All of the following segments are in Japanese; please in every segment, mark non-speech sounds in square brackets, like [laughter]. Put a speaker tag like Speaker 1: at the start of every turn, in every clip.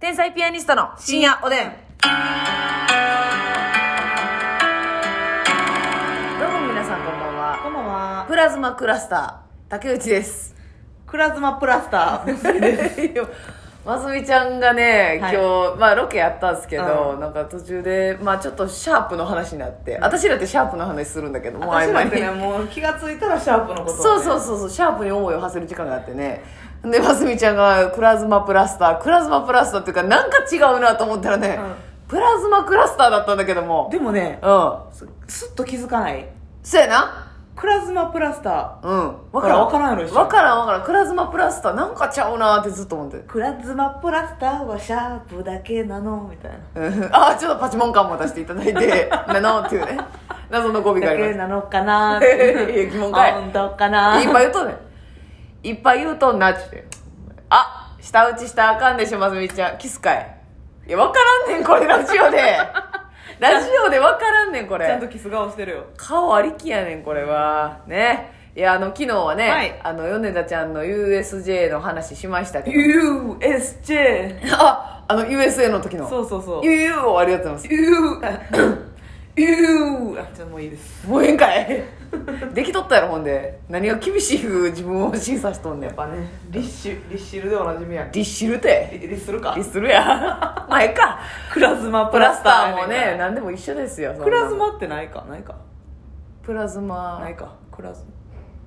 Speaker 1: 天才ピアニストの深夜おでん。どうも皆さんこんばんは。
Speaker 2: こんばんは。
Speaker 1: プラズマクラスター、竹内
Speaker 2: [laughs]
Speaker 1: です。
Speaker 2: クラズマプラスター。
Speaker 1: いやますみちゃんがね、
Speaker 2: はい
Speaker 1: 今日、まあロケやったんですけど、
Speaker 2: う
Speaker 1: なんか途中で、まあちょっとシャープの話になって、私らってシャープの話するんだけど、もう合
Speaker 2: [laughs] 私
Speaker 1: 間
Speaker 2: なん
Speaker 1: に
Speaker 2: てね、もう気がついたらシャープのことをね、
Speaker 1: そうそうそうそうシャープに思いを馳せる時間があってねでますみちゃんがクラズマプラスタークラズマプラスターっていうかなんか違うなと思ったらね、
Speaker 2: うん
Speaker 1: プラズマクラスターだったんだけども
Speaker 2: でもね
Speaker 1: う、ん
Speaker 2: すすっと気づかない。
Speaker 1: そうやな
Speaker 2: クラズマプラスタ
Speaker 1: うん分
Speaker 2: ほらわからんやろ一緒
Speaker 1: 分からん分からんクラズマプラスターなんかちゃうなってずっと思って
Speaker 2: ー。クラズマプラスターはシャープだけなのみたいな。
Speaker 1: うんあちょっとパチモン感も出していただいて [laughs] なのっていうね謎の語尾があ
Speaker 2: だ
Speaker 1: りま
Speaker 2: け
Speaker 1: す
Speaker 2: なのかな [laughs]
Speaker 1: いや疑問かい
Speaker 2: 本当かない
Speaker 1: っぱい言うとんねんいっぱい言うとんなっちってあ舌打ちしたらあかんでしょますみちゃんキスかいいや分からんねんこれラジオ
Speaker 2: [laughs]
Speaker 1: でラジオで分からんねんこ
Speaker 2: ちゃん
Speaker 1: れ
Speaker 2: とキス顔してるよ。
Speaker 1: 顔ありきやねんこれはねいやあの昨日はね、
Speaker 2: はい
Speaker 1: あの米田ちゃんの USJ の話しましたけ
Speaker 2: [laughs]
Speaker 1: ど
Speaker 2: USJ。
Speaker 1: ああの USA の時の
Speaker 2: そうそうそう。
Speaker 1: UU をありがとうござい
Speaker 2: U、U、あ、ちょっともういいです。
Speaker 1: ますもうええんかい [laughs] できとったやろほんで何が厳しい自分を審査しとんねん
Speaker 2: やっぱね、リッシュ、リッシュルでおなじみやん。リ
Speaker 1: リッシュルて
Speaker 2: リするか
Speaker 1: リ。ッする
Speaker 2: [laughs]
Speaker 1: やまあええか
Speaker 2: クラズマ
Speaker 1: プ
Speaker 2: プ
Speaker 1: ラ
Speaker 2: ラ
Speaker 1: ス
Speaker 2: ス
Speaker 1: タ
Speaker 2: タ
Speaker 1: ー
Speaker 2: ー
Speaker 1: も
Speaker 2: も
Speaker 1: ね
Speaker 2: ね
Speaker 1: 何でも一緒ですよそんな
Speaker 2: クラズマってないかないか
Speaker 1: プラズマ
Speaker 2: ないかクラズ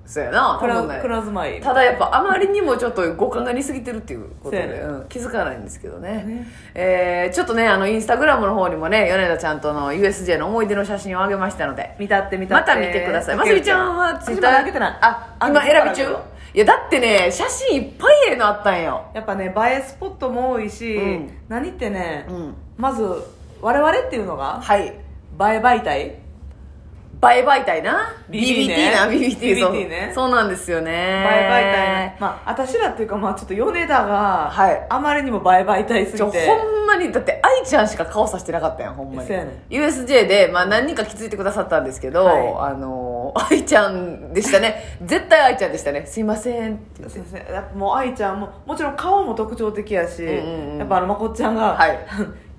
Speaker 1: そうやな
Speaker 2: ク
Speaker 1: 多
Speaker 2: ラ
Speaker 1: 分ない
Speaker 2: クラズマい
Speaker 1: ただやっぱあまりにもちょっと五感が似すぎてるっていうことで、
Speaker 2: そうやね
Speaker 1: うん気づかないんですけどね
Speaker 2: ね
Speaker 1: えーちょっとねあのインスタグラムの方にもね米田ちゃんとの USJ の思い出の写真をあげましたので
Speaker 2: 見たって見た
Speaker 1: ま
Speaker 2: って
Speaker 1: た見てくださいますみちゃんは
Speaker 2: ツイッター上げてない
Speaker 1: あ
Speaker 2: あ
Speaker 1: 今
Speaker 2: 見て
Speaker 1: 選
Speaker 2: な
Speaker 1: び
Speaker 2: い
Speaker 1: 中いやだってね写真いっぱいええのあったんよ
Speaker 2: やっぱね映えスポットも多いし、
Speaker 1: うん
Speaker 2: 何ってね、
Speaker 1: うん
Speaker 2: まず我々っていうのが
Speaker 1: はい
Speaker 2: 映え媒体
Speaker 1: バイバイ体な
Speaker 2: BBT ね
Speaker 1: な BBT そう
Speaker 2: BBT ね
Speaker 1: そうなんですよね
Speaker 2: 映え媒体のまあ私らっていうかまあちょっと米田が、
Speaker 1: はい
Speaker 2: あまりにも映え媒体す
Speaker 1: ちょ
Speaker 2: ぎて
Speaker 1: ほんまにだって愛ちゃんしか顔さしてなかったやんほんまに
Speaker 2: そうやねん
Speaker 1: USJ で、まあ、何人か気づいてくださったんですけど、
Speaker 2: は
Speaker 1: あのー愛ちゃんでしたね絶対愛ちゃんでしたねすいませんって [laughs] 言っ
Speaker 2: そ
Speaker 1: て
Speaker 2: うですねやっぱもう愛ちゃんももちろん顔も特徴的やし、
Speaker 1: うんうんうん
Speaker 2: やっぱあのまこっちゃんが、
Speaker 1: はい
Speaker 2: [laughs]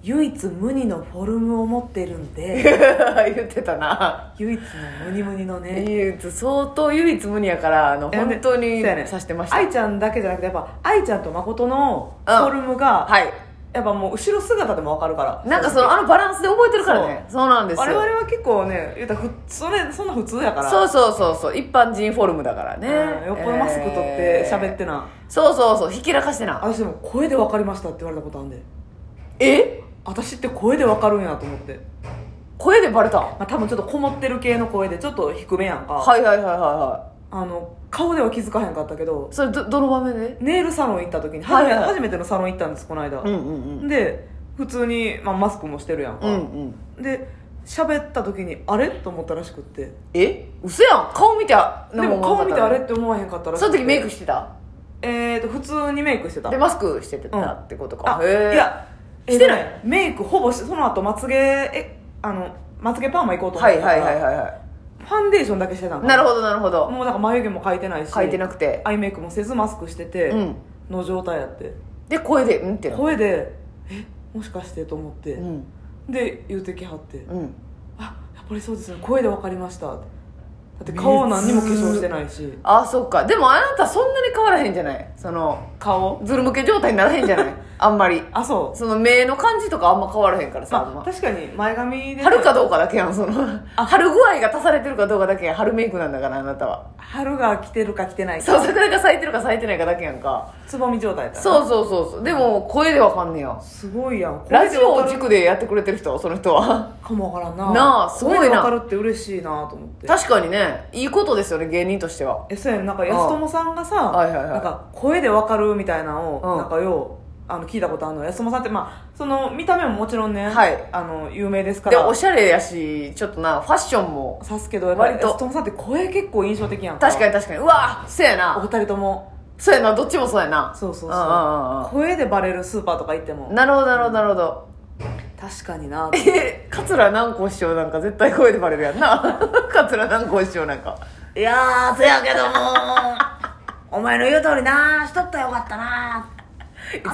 Speaker 2: 唯一無二のフォルムを持ってるんで
Speaker 1: 言ってたな
Speaker 2: 唯一のムニムニのね
Speaker 1: 唯一相当唯一無二やからあの
Speaker 2: いや
Speaker 1: 本当に
Speaker 2: そうやね
Speaker 1: さしてました、
Speaker 2: 愛ちゃんだけじゃなくてやっぱ愛ちゃんと誠のフ
Speaker 1: うん
Speaker 2: ォルムが、
Speaker 1: はい
Speaker 2: やっぱもう後ろ姿でも分かるから
Speaker 1: なんかそのあのバランスで覚えてるからねそうなんですよ
Speaker 2: 我々は結構ね言うたらふそれそんな普通やから
Speaker 1: そうそうそうそう一般人フォルムだからね、
Speaker 2: うんよっぽどマスク取って喋っ
Speaker 1: え
Speaker 2: て
Speaker 1: ー
Speaker 2: な、
Speaker 1: そうそうそうひけらかしてな
Speaker 2: 私でも声で分かりましたって言われたことあるんで
Speaker 1: え
Speaker 2: 私って声で分かるんやと思って、
Speaker 1: 声でバレたん
Speaker 2: まあ、多分ちょっとこもってる系の声でちょっと低めやんか、
Speaker 1: はいはいはいはいは
Speaker 2: あの顔では気づかへんかったけど
Speaker 1: いそれどどの場面で
Speaker 2: ネイルサロン行った時に
Speaker 1: はいはい
Speaker 2: 初めてのサロン行ったんですこの間、
Speaker 1: うんうんうん
Speaker 2: で普通に、まあ、マスクもしてるやんか、
Speaker 1: うんうん
Speaker 2: で喋った時にあれと思ったらしくって
Speaker 1: え嘘やん顔見てあ
Speaker 2: でも顔見てあれ
Speaker 1: て
Speaker 2: って思わへんかったらしく
Speaker 1: そ
Speaker 2: て
Speaker 1: の時メイクしてた
Speaker 2: えーと普通にメイクしてた
Speaker 1: でマスクしてた
Speaker 2: うん
Speaker 1: ってことか
Speaker 2: あい
Speaker 1: へえ
Speaker 2: や
Speaker 1: してない
Speaker 2: えーメイクほぼしてその後まつげえあのまつげパーマ行こうと思
Speaker 1: は
Speaker 2: っ
Speaker 1: い
Speaker 2: てたか
Speaker 1: は
Speaker 2: ら
Speaker 1: いはいはいは
Speaker 2: ファンデーションだけしてたの
Speaker 1: いなるほどなるほど
Speaker 2: もうなんか眉毛も描いてないし
Speaker 1: 書いてなくて
Speaker 2: アイメイクもせずマスクしてて、
Speaker 1: うん
Speaker 2: の状態やって
Speaker 1: で声でうんってな
Speaker 2: 声で「えもしかして?」と思って、
Speaker 1: うん
Speaker 2: で言うてきはって
Speaker 1: うん
Speaker 2: 「あやっぱりそうですよ声で分かりました」だって顔何にも化粧してないし
Speaker 1: あそっかでもあなたそんなに変わらへんじゃないその
Speaker 2: 顔
Speaker 1: ズル向け状態にならへんじゃ [laughs] ないあんまり
Speaker 2: あそう
Speaker 1: その目の感じとかあんま変わらへんからさ、あんま
Speaker 2: まあ確かに前髪でね、
Speaker 1: 貼るかどうかだけやんその貼る具合が足されてるかどうかだけやん貼るメイクなんだからあなたは
Speaker 2: 春が来てるか来てないか
Speaker 1: そう桜が咲いてるか咲いてないかだけやんか
Speaker 2: つぼみ状態だう
Speaker 1: そうそうそうそうでも声でわかんねや
Speaker 2: すごいやん
Speaker 1: ラジオ
Speaker 2: 声で分
Speaker 1: を
Speaker 2: かる
Speaker 1: 軸でやってくれてる人その人は
Speaker 2: かもわからんな
Speaker 1: なあすごいな
Speaker 2: 声で分かるって嬉しいなと思っ
Speaker 1: [laughs]
Speaker 2: て
Speaker 1: 確かにねいいことですよね芸人としては
Speaker 2: えそうやんなんか安友さんがさ
Speaker 1: はいはいはい
Speaker 2: なんか声で分かるみたいなの
Speaker 1: うん
Speaker 2: をなんかようあの聞いたことあるの安友さんってまあその見た目ももちろんね、
Speaker 1: はい
Speaker 2: あの有名ですか
Speaker 1: で
Speaker 2: ら
Speaker 1: おしゃれやしちょっとなファッションも
Speaker 2: さすけどやっぱり
Speaker 1: 割と
Speaker 2: 安友さんって声結構印象的やん
Speaker 1: 確か
Speaker 2: に
Speaker 1: に確かにうわそうや
Speaker 2: お
Speaker 1: な
Speaker 2: 二人とも
Speaker 1: そうやなどっちもそうやな
Speaker 2: そうそうそう
Speaker 1: うんうんうん
Speaker 2: 声でバレるスーパーとか行って
Speaker 1: うん
Speaker 2: も
Speaker 1: なるほどなるほどなるほど
Speaker 2: 確かにな
Speaker 1: え桂南光師匠なんか絶対声でバレるやんな [laughs] 桂南光師匠なんか
Speaker 2: い [laughs] やーせやけどもお前の言う通りなしとったらよかったな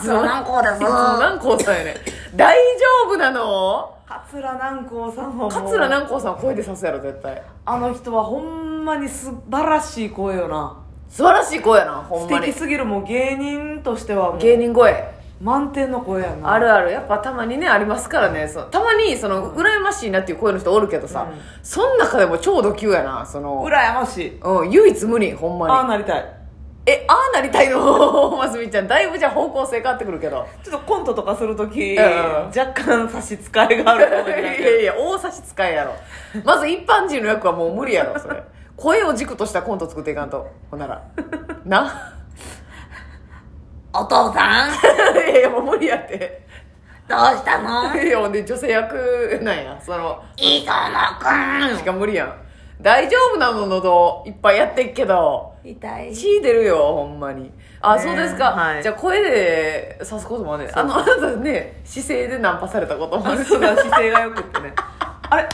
Speaker 1: つの
Speaker 2: 軟膏です
Speaker 1: いつの南光さんやね大丈夫なの
Speaker 2: 桂南光さんはもう
Speaker 1: 桂南光さんは声で刺すやろ絶対
Speaker 2: あの人はほんまに素晴らしい声よな
Speaker 1: 素晴らしい声やなほ
Speaker 2: 素
Speaker 1: んま
Speaker 2: 敵
Speaker 1: に
Speaker 2: すぎるもう芸人としてはもう
Speaker 1: 芸人声
Speaker 2: 満点の声やな
Speaker 1: あるあるやっぱたまにねありますからねそたまにその羨ましいなっていう声の人おるけどさ、
Speaker 2: うん
Speaker 1: そん中でも超ド級やなその
Speaker 2: 羨ましい
Speaker 1: うん、唯一無二ほん
Speaker 2: あ
Speaker 1: ま
Speaker 2: あ
Speaker 1: に
Speaker 2: なりたい
Speaker 1: えああなりたいのますみちゃんだいぶじゃあ方向性変わってくるけど
Speaker 2: ちょっとコントとかするとき、
Speaker 1: ん
Speaker 2: 若干差し支えがあ
Speaker 1: い
Speaker 2: ると思う
Speaker 1: やい [laughs] やいや大差し使えやろまず一般人の役はもう無理やろそれ声を軸としたコント作っていかんとほんならな
Speaker 2: お父さん
Speaker 1: いやいやもう無理やって
Speaker 3: どうした
Speaker 1: [laughs]
Speaker 3: の
Speaker 1: いやほんで女性役なんやその
Speaker 3: 磯野
Speaker 1: しか無理やん大丈夫なの喉いっぱいやってっけど
Speaker 3: くん痛い
Speaker 1: 血出るよほんまにあ、
Speaker 2: ね
Speaker 1: そうですか、
Speaker 2: はい
Speaker 1: じゃあ声で刺すこともあるねあのあなたね姿勢でナンパされたこともあ
Speaker 2: あ
Speaker 1: る
Speaker 2: の
Speaker 1: し
Speaker 2: 人が姿勢がよくってねあれ [laughs]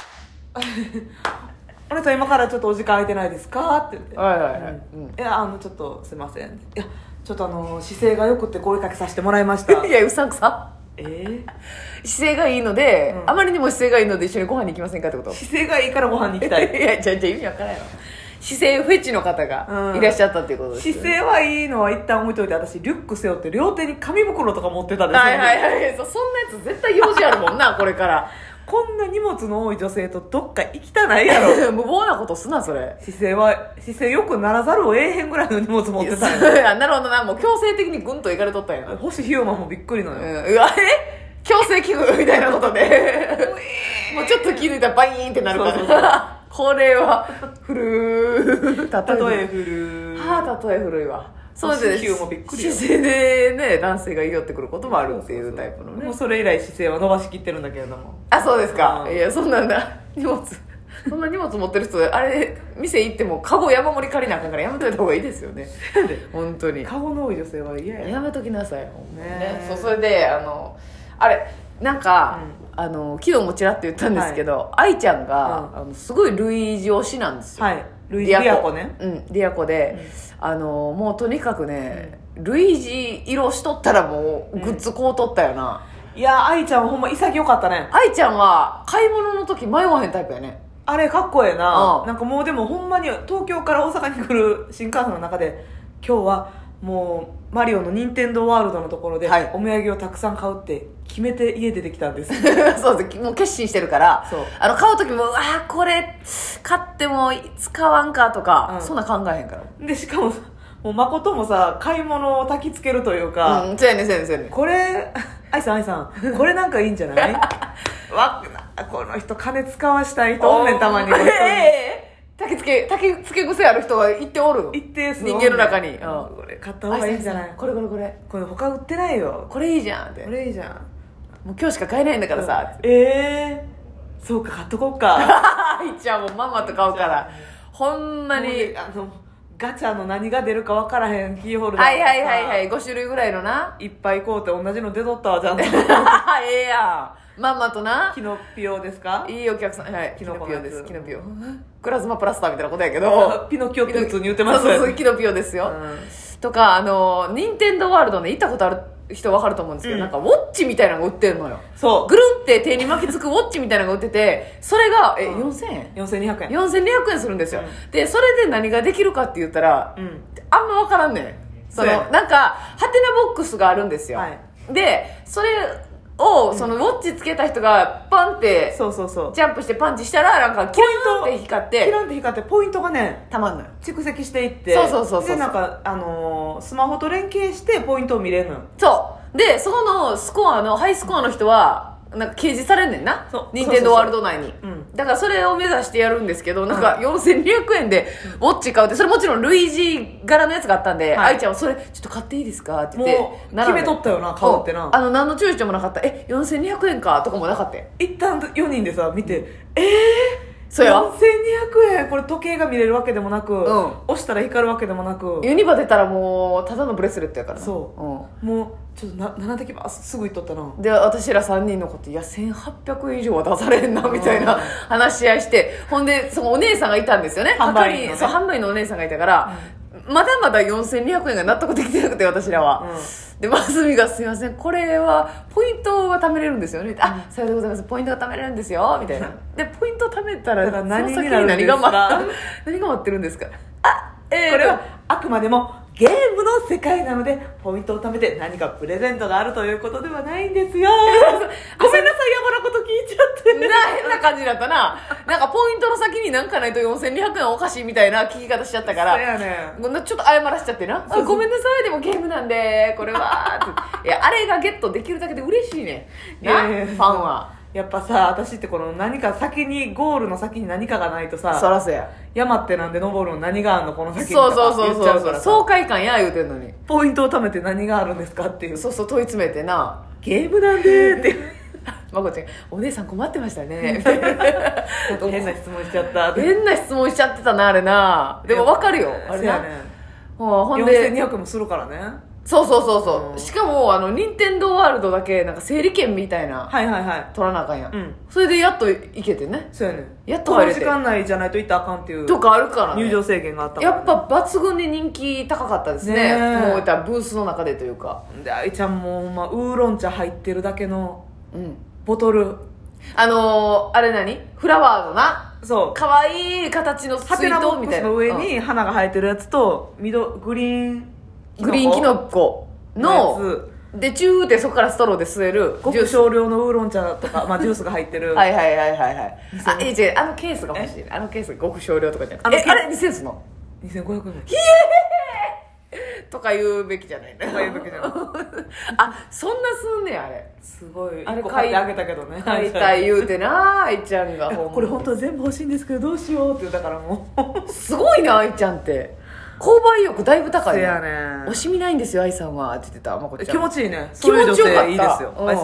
Speaker 2: あなた今からちょっとお時間空いてないですかって言って
Speaker 1: はいはいはい、
Speaker 2: う
Speaker 1: うんん
Speaker 2: いやあのちょっとすいませんいやちょっとあの姿勢がよくって声かけさせてもらい
Speaker 1: [laughs]
Speaker 2: ました
Speaker 1: いやうさんくさ
Speaker 2: え
Speaker 1: 姿勢がいいので、
Speaker 2: うん
Speaker 1: あまりにも姿勢がいいので一緒にご飯に行きませんかってこと
Speaker 2: 姿勢がいいからご飯に行き
Speaker 1: [laughs] い
Speaker 2: たい
Speaker 1: やじゃあじゃあ意味わからんやろ姿勢フェチの方
Speaker 2: う
Speaker 1: が
Speaker 2: ん
Speaker 1: いらっしゃったっていうことです、ね
Speaker 2: 姿勢はいいのは一旦置いといて私リュック背負って両手に紙袋とか持ってたんですよ
Speaker 1: はいはいはいそそんなやつ絶対用事あるもんな [laughs] これから
Speaker 2: こんな荷物の多い女性とどっか行きたないや
Speaker 1: [laughs]
Speaker 2: ろ
Speaker 1: 無謀なことすなそれ
Speaker 2: 姿勢は姿勢よくならざるを得へんぐらいの荷物持ってたんよ
Speaker 1: [laughs] あなるほどなもう強制的にグンといかれとったんやな
Speaker 2: 星飛雄馬もびっくりなのよ、
Speaker 1: うん、うわえ強制器具みたいなことでもうちょっと気抜いたらバイーンってなるから
Speaker 2: そうそうそ
Speaker 1: [laughs] これは古い
Speaker 2: 例え
Speaker 1: え
Speaker 2: 振る
Speaker 1: はあ例え古いわそうで
Speaker 2: 私皮膚もびっくりよ
Speaker 1: 姿勢でね男性が寄ってくることもあるっていうタイプのね
Speaker 2: もうそれ以来姿勢は伸ばしきってるんだけれども
Speaker 1: あそうですか、
Speaker 2: うん
Speaker 1: いやそんなん [laughs] だ荷物そんな荷物持ってる人あれ店行ってもカゴ山盛り借りなあかんからやめといた方がいいですよね本当に
Speaker 2: 顔の多い女性は嫌や
Speaker 1: やめときなさいほんまに
Speaker 2: ね
Speaker 1: ね
Speaker 2: え
Speaker 1: そうそれであのあれなんか、あの昨日もちらっと言ったんですけど、愛ちゃんが、あのすごい類似推しなんですよ、
Speaker 2: はいルイジ・ディアコね
Speaker 1: うんリアコで、あのもうとにかくね、類似色しとったらもうグッズこうとったよな、
Speaker 2: いや愛ちゃんほんま潔かったね
Speaker 1: 愛ちゃんは買い物の時迷わへんタイプやね [laughs]
Speaker 2: あれかっこええな
Speaker 1: うん
Speaker 2: なんかもうでもほんまに東京から大阪に来る新幹線の中で今日はもうマリオの任天堂ワールドのところで、
Speaker 1: はい
Speaker 2: お土産をたくさん買うって決めて家出てきたんです
Speaker 1: そうですもう決心してるから
Speaker 2: そう
Speaker 1: あの買う時もうわあこれ買っても使わんかとか、
Speaker 2: うん
Speaker 1: そんな考えへんから
Speaker 2: でしかもさもう誠もさ買い物を焚きつけるというか、
Speaker 1: うんそうやねそうやねそうやね
Speaker 2: これ愛さん愛さんこれなんかいいんじゃないわこの人金使わしたい人おんねんたまに
Speaker 1: ええええ焚き付け焚き付け癖ある人は一定おる
Speaker 2: 一定数
Speaker 1: 人間の中に
Speaker 2: うん
Speaker 1: うん
Speaker 2: これ買った方がいいんじゃない
Speaker 1: これこれこれ
Speaker 2: これ他売ってないよ
Speaker 1: これいいじゃんって
Speaker 2: これいいじゃん
Speaker 1: もう今日しか買えないんだからさって
Speaker 2: ええそうか買っとこうか
Speaker 1: 愛ちゃんもママと買うからほんまに
Speaker 2: あのガチャの何が出るか分からへんキーホルダー
Speaker 1: はいはいはいはいい5種類ぐらいの
Speaker 2: [laughs]
Speaker 1: な
Speaker 2: いっぱいこうって同じの出とったわ [laughs] ちゃんと
Speaker 1: ええやんママとな
Speaker 2: [laughs] キノピオですか
Speaker 1: いいお客さんはいキ
Speaker 2: キノ
Speaker 1: ノ
Speaker 2: コの
Speaker 1: ピ
Speaker 2: や
Speaker 1: オ
Speaker 2: つ
Speaker 1: ですキノピオクラズマプラスターみたいなことやけど
Speaker 2: ピノキオ [laughs] って普通に言ってます
Speaker 1: [laughs] そうそうそうキノピオですよ、
Speaker 2: うん
Speaker 1: とかあの任天堂ワールドね行ったことある人分かると思うんですけど、
Speaker 2: うん
Speaker 1: なんかウォッチみたいなのが売ってるのよ
Speaker 2: そ
Speaker 1: ぐるんって手に巻きつくウォッチみたいなのが売っててそれがえ
Speaker 2: うん
Speaker 1: 4000円
Speaker 2: う4200円
Speaker 1: 4200円するんですよ、でそれで何ができるかって言ったら、
Speaker 2: うん
Speaker 1: あんま分からんねんそ
Speaker 2: そうや
Speaker 1: のなんかハテナボックスがあるんですよ、
Speaker 2: はい
Speaker 1: でそれをそのウォッチつけた人がパンって
Speaker 2: そうそうそう
Speaker 1: ジャンプしてパンチしたらなんかキラーンって光っ
Speaker 2: ピ
Speaker 1: て
Speaker 2: ランって光ってポイントがね
Speaker 1: たまんのよ
Speaker 2: 蓄積していって
Speaker 1: そうそうそうそう
Speaker 2: でなんか、あのースマホと連携してポイントを見れるのよ
Speaker 1: そうでそこのスコアのハイスコアの人はなんか掲示されんねんな
Speaker 2: そう
Speaker 1: 任天堂ワールド内に
Speaker 2: うん
Speaker 1: だからそれを目指してやるんですけどなんか4200円でウォッチ買うってそれもちろん類似柄のやつがあったんで
Speaker 2: はい
Speaker 1: 愛、ちゃんは「それちょっと買っていいですか?」って言って
Speaker 2: もう
Speaker 1: 並
Speaker 2: 決
Speaker 1: んで
Speaker 2: めとったよな顔ってな
Speaker 1: あの何の躊躇もなかった「え4200円か」とかもなかったよ
Speaker 2: 一旦4人でさ見て、え
Speaker 1: そうやわ
Speaker 2: 4200円これ時計が見れるわけでもなく、
Speaker 1: ん
Speaker 2: 押したら光るわけでもなく
Speaker 1: ユニバ出たらもうただのブレスレットやからな
Speaker 2: そもうちょっとな7滴ばすぐ行っとったな
Speaker 1: うんで私ら3人のこと「いや1800円以上は出されんな」みたいな
Speaker 2: うん
Speaker 1: 話し合いしてほんでそのお姉さんがいたんですよね
Speaker 2: 販売員のね
Speaker 1: 係そう販売員のお姉さんがいたから、まだまだ4200円が納得できてなくて私らは、でますみが「すいませんこれはポイントは貯めれるんですよね」あさようでございますポイントが貯めれるんですよ」みたいなでポイント貯めたら
Speaker 2: だから何
Speaker 1: その
Speaker 2: に
Speaker 1: 先
Speaker 2: なるん
Speaker 1: 何
Speaker 2: です
Speaker 1: が
Speaker 2: か
Speaker 1: 待った何が待ってるんですかあえー、
Speaker 2: これはあくまでもゲームの世界なのでポイントを貯めて何かプレゼントがあるということではないんですよごめんなさいやぼなこと聞いちゃって
Speaker 1: な変な感じだったななんかポイントの先になんかないと4200円はおかしいみたいな聞き方しちゃったから
Speaker 2: そうやねん
Speaker 1: こんなちょっと謝らしちゃってな「あごめんなさいでもゲームなんでこれは」
Speaker 2: [laughs]
Speaker 1: っていやあれがゲットできるだけで嬉しいねんない
Speaker 2: やいや
Speaker 1: ファンは
Speaker 2: やっぱさ私ってこの何か先にゴールの先に何かがないとさ
Speaker 1: らそや
Speaker 2: 山ってなんで登るの何があるのこの先に
Speaker 1: そうそうそう
Speaker 2: とか言っちゃ
Speaker 1: そう
Speaker 2: うからさ
Speaker 1: 爽快感や言うてんのに
Speaker 2: ポイントを貯めて何があるんですかっていう
Speaker 1: そうそう問い詰めてな
Speaker 2: ゲームなんでーっていう
Speaker 1: まこちゃん「お姉さん困ってましたね」
Speaker 2: [laughs]
Speaker 1: みたいな
Speaker 2: なんか変な質問しちゃ [laughs] ったって
Speaker 1: 変な質問しちゃってたなあれなでも分かるよあ
Speaker 2: あ
Speaker 1: れ
Speaker 2: れ
Speaker 1: な、
Speaker 2: やねん
Speaker 1: ほうほんで
Speaker 2: 4200もするからね
Speaker 1: そうそうそうそう、
Speaker 2: うん
Speaker 1: しかもあの任天堂ワールドだけなんか整理券みたいな
Speaker 2: はいはいはい
Speaker 1: 取らなあかんやん、
Speaker 2: うん
Speaker 1: それでやっと行けてね
Speaker 2: そうやねん
Speaker 1: やっと
Speaker 2: こ
Speaker 1: 入
Speaker 2: の
Speaker 1: れ
Speaker 2: 時
Speaker 1: て
Speaker 2: 間内じゃないと行ったらあかんっていう
Speaker 1: とかあるから、ね、
Speaker 2: 入場制限があったから
Speaker 1: や
Speaker 2: ね
Speaker 1: っぱ抜群に人気高かったです
Speaker 2: ね
Speaker 1: ね
Speaker 2: え
Speaker 1: もう言ったらブースの中でというか
Speaker 2: で愛ちゃんも、まあ、ウーロン茶入ってるだけの
Speaker 1: うん
Speaker 2: ボトル
Speaker 1: あのー、あれ何フラワーのな
Speaker 2: そう
Speaker 1: 可愛い形の水
Speaker 2: ハテナボ
Speaker 1: 筒
Speaker 2: ッ
Speaker 1: み
Speaker 2: ク
Speaker 1: た
Speaker 2: ス
Speaker 1: いな
Speaker 2: の上に花が生えてるやつと緑グリーン
Speaker 1: うんグリーンキノコの
Speaker 2: の
Speaker 1: でチューってそこからストローで吸える
Speaker 2: ご
Speaker 1: ジュー
Speaker 2: く
Speaker 1: ス
Speaker 2: 少量のウーロン茶 [laughs] とか、まあ、ジュースが入ってる、
Speaker 1: はいはいはいはいはい
Speaker 2: 2000
Speaker 1: あえじゃああのケースが欲しいねあのケースごく少量とかじゃな
Speaker 2: あ
Speaker 1: くて
Speaker 2: の
Speaker 1: え
Speaker 2: ケース
Speaker 1: あれ2000すんの
Speaker 2: 2500円
Speaker 1: とか言うべきじゃないね
Speaker 2: とか言うべきじゃない
Speaker 1: [laughs] あそんなすんねんあれ
Speaker 2: すごい
Speaker 1: あれ
Speaker 2: 1個買ってあげたけどね
Speaker 1: 買いた
Speaker 2: [laughs]
Speaker 1: い言うてな愛ちゃんがほんま
Speaker 2: これ本当は全部欲しいんですけどどうしようって言うだからもう
Speaker 1: すごいな愛ちゃんって購買意欲だいぶ高い
Speaker 2: せ
Speaker 1: ね
Speaker 2: やね
Speaker 1: 惜しみないんですよ愛さんはって言ってたまこちゃん
Speaker 2: [laughs] 気持ちいいね
Speaker 1: 気持ちよかった
Speaker 2: そういう女性いいですよ
Speaker 1: うん
Speaker 2: 愛する